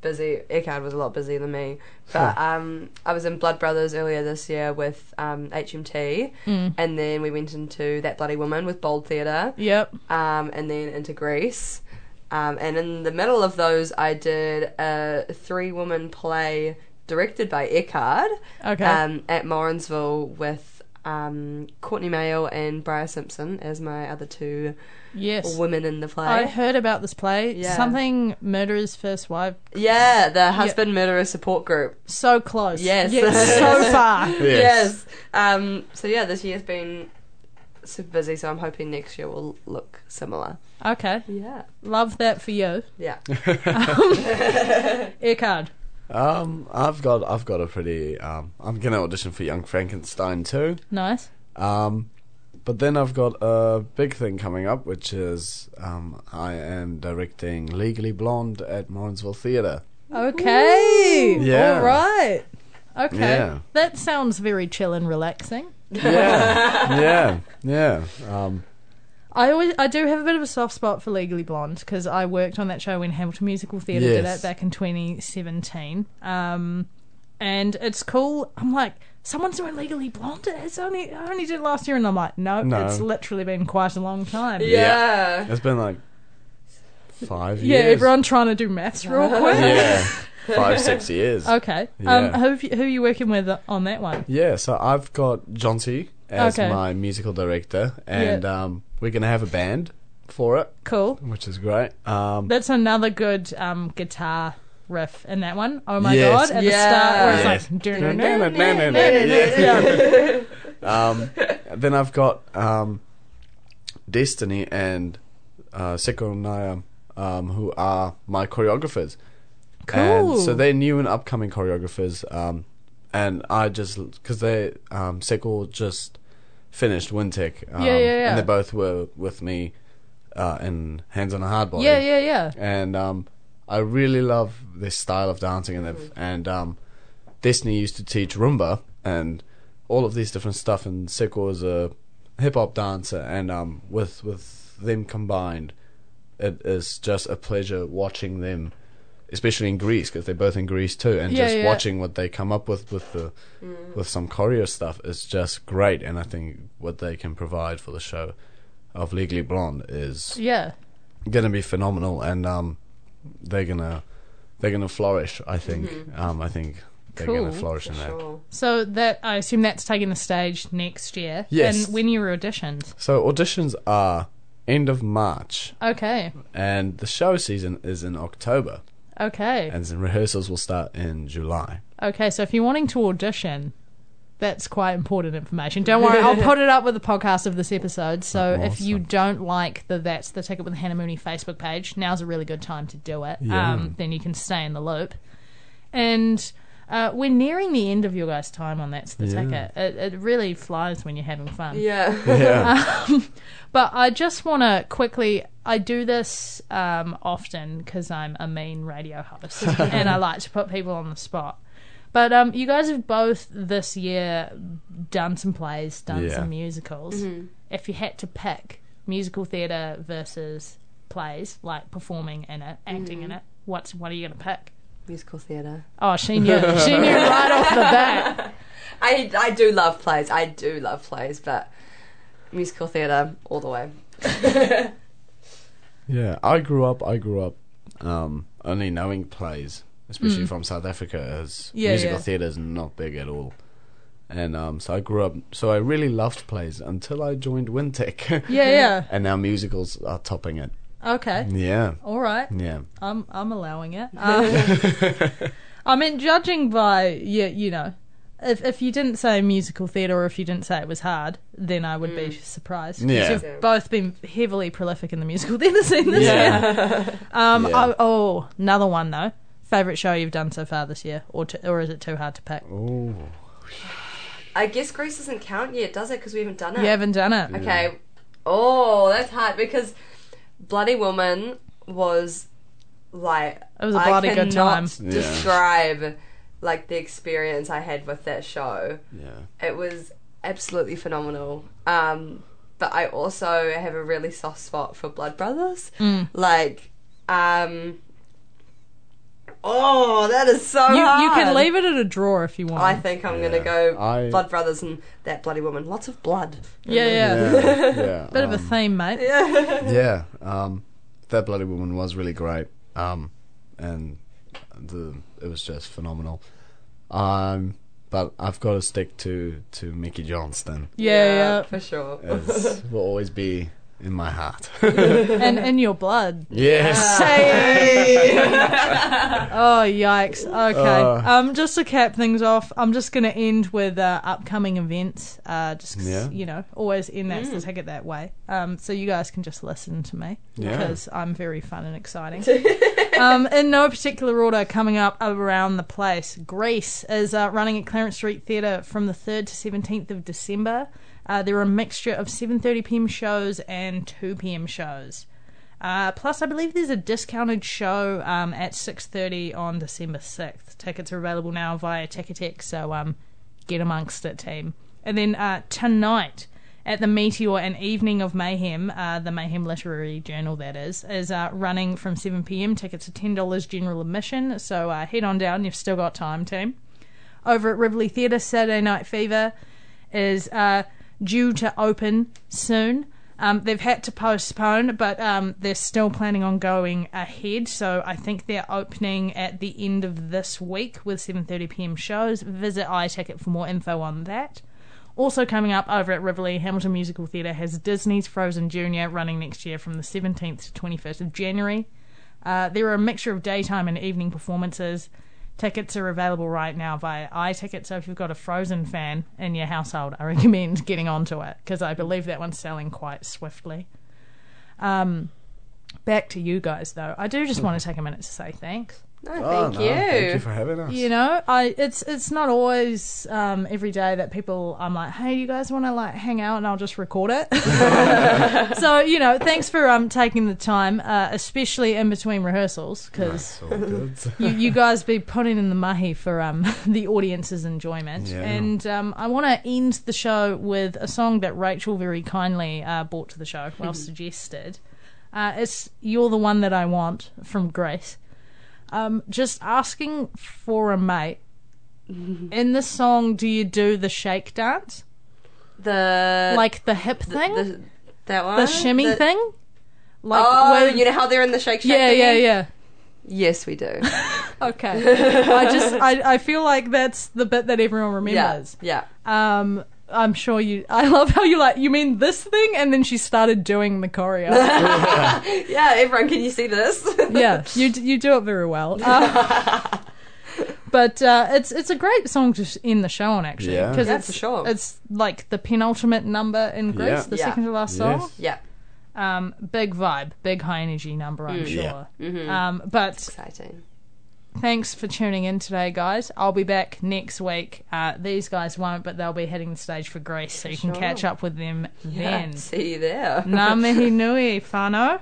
busy. Eckhard was a lot busier than me, but um, I was in Blood Brothers earlier this year with um, HMT, and then we went into That Bloody Woman with Bold Theatre.
Yep.
um, and then into Greece. Um, and in the middle of those, I did a three woman play directed by Eckhard
Okay.
um, at Morrinsville with um, Courtney Mayo and Briar Simpson as my other two
Yes.
women in the play.
I heard about this play.
Yeah.
Something Murderer's First Wife.
yeah, the husband murderer support group.
So close.
Yes.
Yet
[LAUGHS]
so far.
Yes. Um, so, yeah, this year's been super busy, so I'm hoping next year will look similar.
Okay.
Yeah.
Love that for you.
[LAUGHS] Yeah.
Eckhard.
Um, I've got I've got a pretty um I'm gonna audition for Young Frankenstein too.
Nice.
Um but then I've got a big thing coming up which is um I am directing Legally Blonde at
[LAUGHS]
Morrinsville Theatre.
Okay.
Yeah.
All right. Okay.
Yeah.
That sounds very chill and relaxing.
Yeah. yeah. Yeah. Um
I always I do have a bit of a soft spot for Legally Blonde because I worked on that show when Hamilton Musical Theatre did
Yes.
it back in 2017. Um, and it's cool. I'm like, someone's doing Legally Blonde. It's only I only did it last year, and I'm like, no,
No.
it's literally been quite a long time.
Yeah.
It's been like five
Yeah,
years.
everyone trying to do maths real quick. [LAUGHS]
Yeah. five, six years.
Okay. Um,
Yeah.
who, have you- who are you working with on that one?
Yeah, so I've got John T as
Okay.
my musical director, and
Yeah.
um, we're going to have a band for it,
Cool.
which is great. Um,
That's another good um, guitar riff in that one. Oh my
Yes.
god! At
Yeah.
the start, where it's
Yes.
like,
Na-
dun-
na-
dun-
na- na- na- na- yeah. [LAUGHS] Um, Then I've got um, Destiny and uh, Seko Naya, um, who are my choreographers. And so
Cool.
they're new and upcoming choreographers. Um, and I just, because they, um, Seko just finished Wintech. Um,
Yeah, yeah, yeah.
And they both were with me uh, in Hands on a Hard
[LAUGHS]
Body
yeah, yeah, yeah.
and um, I really love this style of dancing and they've-
Mm-hmm.
and um, Disney used to teach rumba and all of these different stuff and Seko is a hip hop dancer and um, with with them combined, it is just a pleasure watching them, especially in Greece because they're both in Greece too, and
Yeah,
just
yeah. Mm.
watching what they come up with with the with some choreo stuff is just great, and I think what they can provide for the show of Legally Blonde is
Yeah.
gonna be phenomenal, and um, they're gonna they're gonna flourish. I think. Um, I think they're
Mm-hmm. Cool.
gonna flourish in that.
Sure.
So that I assume that's taking the stage next year.
Yes.
And when you were auditioned.
So auditions are end of March,
Okay.
and the show season is in October,
Okay.
and then rehearsals will start in
[LAUGHS]
July.
Okay, so if you're wanting to audition, that's quite important information. Don't worry, I'll put it up with the podcast of this episode. So if you don't like the That's the Ticket with Hannah Mooney Facebook page, now's a really good time to do it. Um, then you can stay in the loop. And uh, we're nearing the end of your guys' time on That's the
Yeah.
Ticket. It, it really flies when you're having fun.
Yeah.
Yeah,
But I just want to quickly. I do this um, often because I'm a mean radio host and I like to put people on the spot. But um, you guys have both this year done some plays, done
Yeah.
some musicals. If you had to pick musical theatre versus plays, like performing in it, acting in it, what's what are you going to pick?
[LAUGHS] Musical theatre.
Oh, she knew. she knew right off the bat.
I, I do love plays. I do love plays, but musical theatre all the way.
yeah. I grew up. I grew up um, only knowing plays, especially from South Africa, as
Mm. Yeah,
musical
yeah.
theatre is not big at all. And um, so I grew up. So I really loved plays until I joined WinTech.
Yeah,
[LAUGHS] and now musicals are topping it.
yeah. Okay.
Yeah,
All right.
yeah,
I'm I'm allowing it. Um, I mean, judging by yeah, you know, if if you didn't say musical theatre or if you didn't say it was hard, then I would be surprised. 'Cause
Yeah.
you've both been heavily prolific in the musical [LAUGHS] theatre scene this
Yeah.
year. Um,
Yeah.
oh, oh, another one though. Favorite show you've done so far this year, or t- or is it too hard to [LAUGHS] pick?
I guess Greece doesn't count yet, does it? Because we haven't done it.
You haven't done it.
Okay. Oh, that's hard because Bloody Woman was like
It was a
I
bloody good time.
cannot
Yeah.
Describe like the experience I had with that show.
yeah.
It was absolutely phenomenal. Um, but I also have a really soft spot for Blood Brothers.
Mm.
Like, um, oh, that is so
You,
hard.
you can leave it at a draw if you want.
I think I'm gonna go
I-
Blood Brothers and that bloody woman. Lots of blood.
yeah, yeah,
Yeah, yeah.
Bit of
um,
a theme, mate.
yeah. Um, that bloody woman was really great, um, and the it was just phenomenal. Um, but I've got to stick to to Mickey Johnston.
yeah,
for sure.
It's, will always be in my heart. [LAUGHS]
yeah. and in your blood.
yes.
[LAUGHS] oh yikes! Okay,
Uh.
um, just to cap things off, I'm just going to end with uh, upcoming events. Uh, just 'cause,
Yeah.
you know, always end that's the ticket that way. Um, so you guys can just listen to me
Yeah.
because I'm very fun and exciting. um, in no particular order, coming up around the place, Greece is uh, running at Clarence Street Theatre from the 3rd to 17th of December. Uh, there are a mixture of 7:30 p.m. shows and 2 p.m. shows. Uh, plus, I believe there's a discounted show um, at 6:30 on December 6th. Tickets are available now via Ticketek, so um, get amongst it, team. And then uh, tonight at the Meteor, an evening of mayhem, uh, the Mayhem Literary Journal that is, is uh, running from 7 p.m. Tickets are $10 general admission, so uh, head on down. You've still got time, team over at Rivoli Theatre, Saturday Night Fever is uh, due to open soon. Um, they've had to postpone, but um, they're still planning on going ahead. So I think they're opening at the end of this week with 7:30 p.m. shows. Visit iTicket for more info on that. Also coming up over at Rivoli, Hamilton Musical Theatre has Disney's Frozen Junior running next year from the 17th to 21st of January. Uh, there are a mixture of daytime and evening performances. Tickets are available right now via iTicket, so if you've got a Frozen fan in your household, I recommend getting onto it because I believe that one's selling quite swiftly. Um, back to you guys though. I do just want to take a minute to say thanks.
No,
Oh,
thank
no,
you.
Thank you for having us.
You know, I it's it's not always um, every day that people I'm like, hey, you guys want to like hang out, and I'll just record it. [LAUGHS] so you know, thanks for um taking the time, uh, especially in between rehearsals, because
All good.
you, you guys be putting in the mahi for um [LAUGHS] the audience's enjoyment.
Yeah.
And um, I want to end the show with a song that Rachel very kindly uh, brought to the show,
[LAUGHS]
well suggested. Uh, it's "You're the One That I Want" from Grace um, just asking for a
[LAUGHS]
mate. In the song, do you do the shake dance,
Uh, The
like the hip thing, the,
the, that one,
shimmy thing? Like
Oh,
where-
you know how they're in the shake shake.
yeah, yeah,
thingy?
yeah.
Yes, we
[LAUGHS]
do. [LAUGHS]
Okay, I just I, I feel like that's the bit that everyone
yeah,
remembers.
yeah.
Um, I'm sure you. I love how you like. You mean this thing, and then she started doing the choreo.
[LAUGHS] Yeah, everyone, can you see this?
yeah, you d- you do it very
[LAUGHS]
well. Uh, but uh, it's it's a great song to s- end the show on actually
Yeah.
because
Yeah,
it's
for sure.
it's like the penultimate number in Greece,
Yeah.
the
Yeah.
second to last song.
Yes.
[LAUGHS] yeah,
Um, big vibe, big high energy number,
Mm.
I'm
Yeah.
sure.
Mm-hmm.
Um, but
exciting.
thanks for tuning in today, guys. I'll be back next week. Uh, these guys won't, but they'll be hitting the stage for Greece, so you can
sure.
catch up with them
[LAUGHS]
then.
See you there.
Na mihi nui, Fano.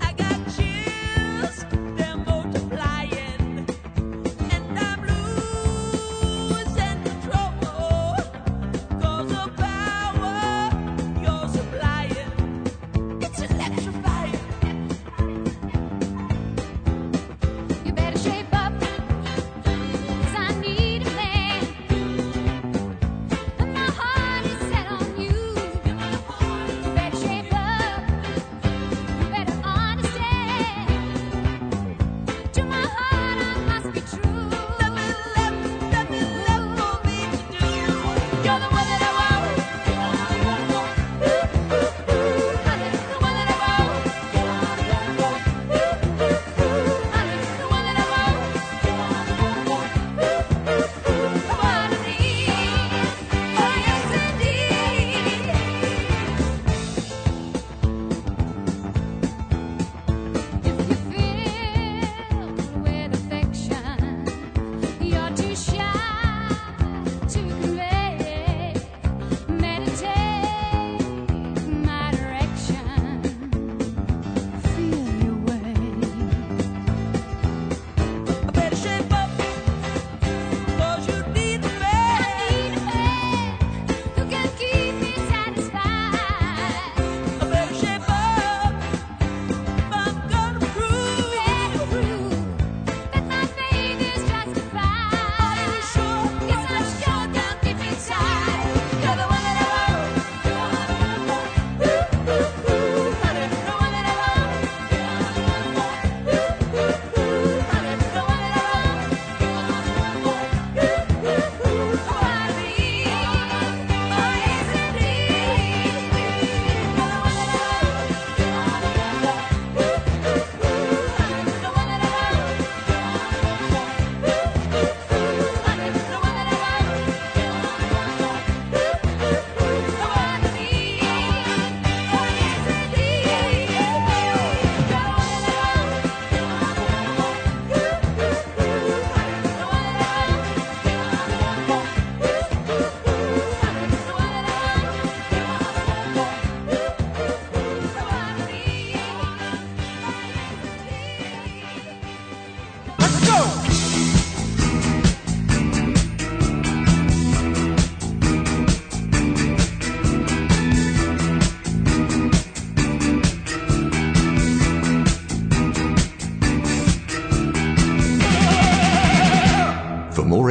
I got chills, they're multiplying, and I'm losing control. 'Cause the power you're supplying, it's electrifying.
You better shape up, 'cause I need a man.
more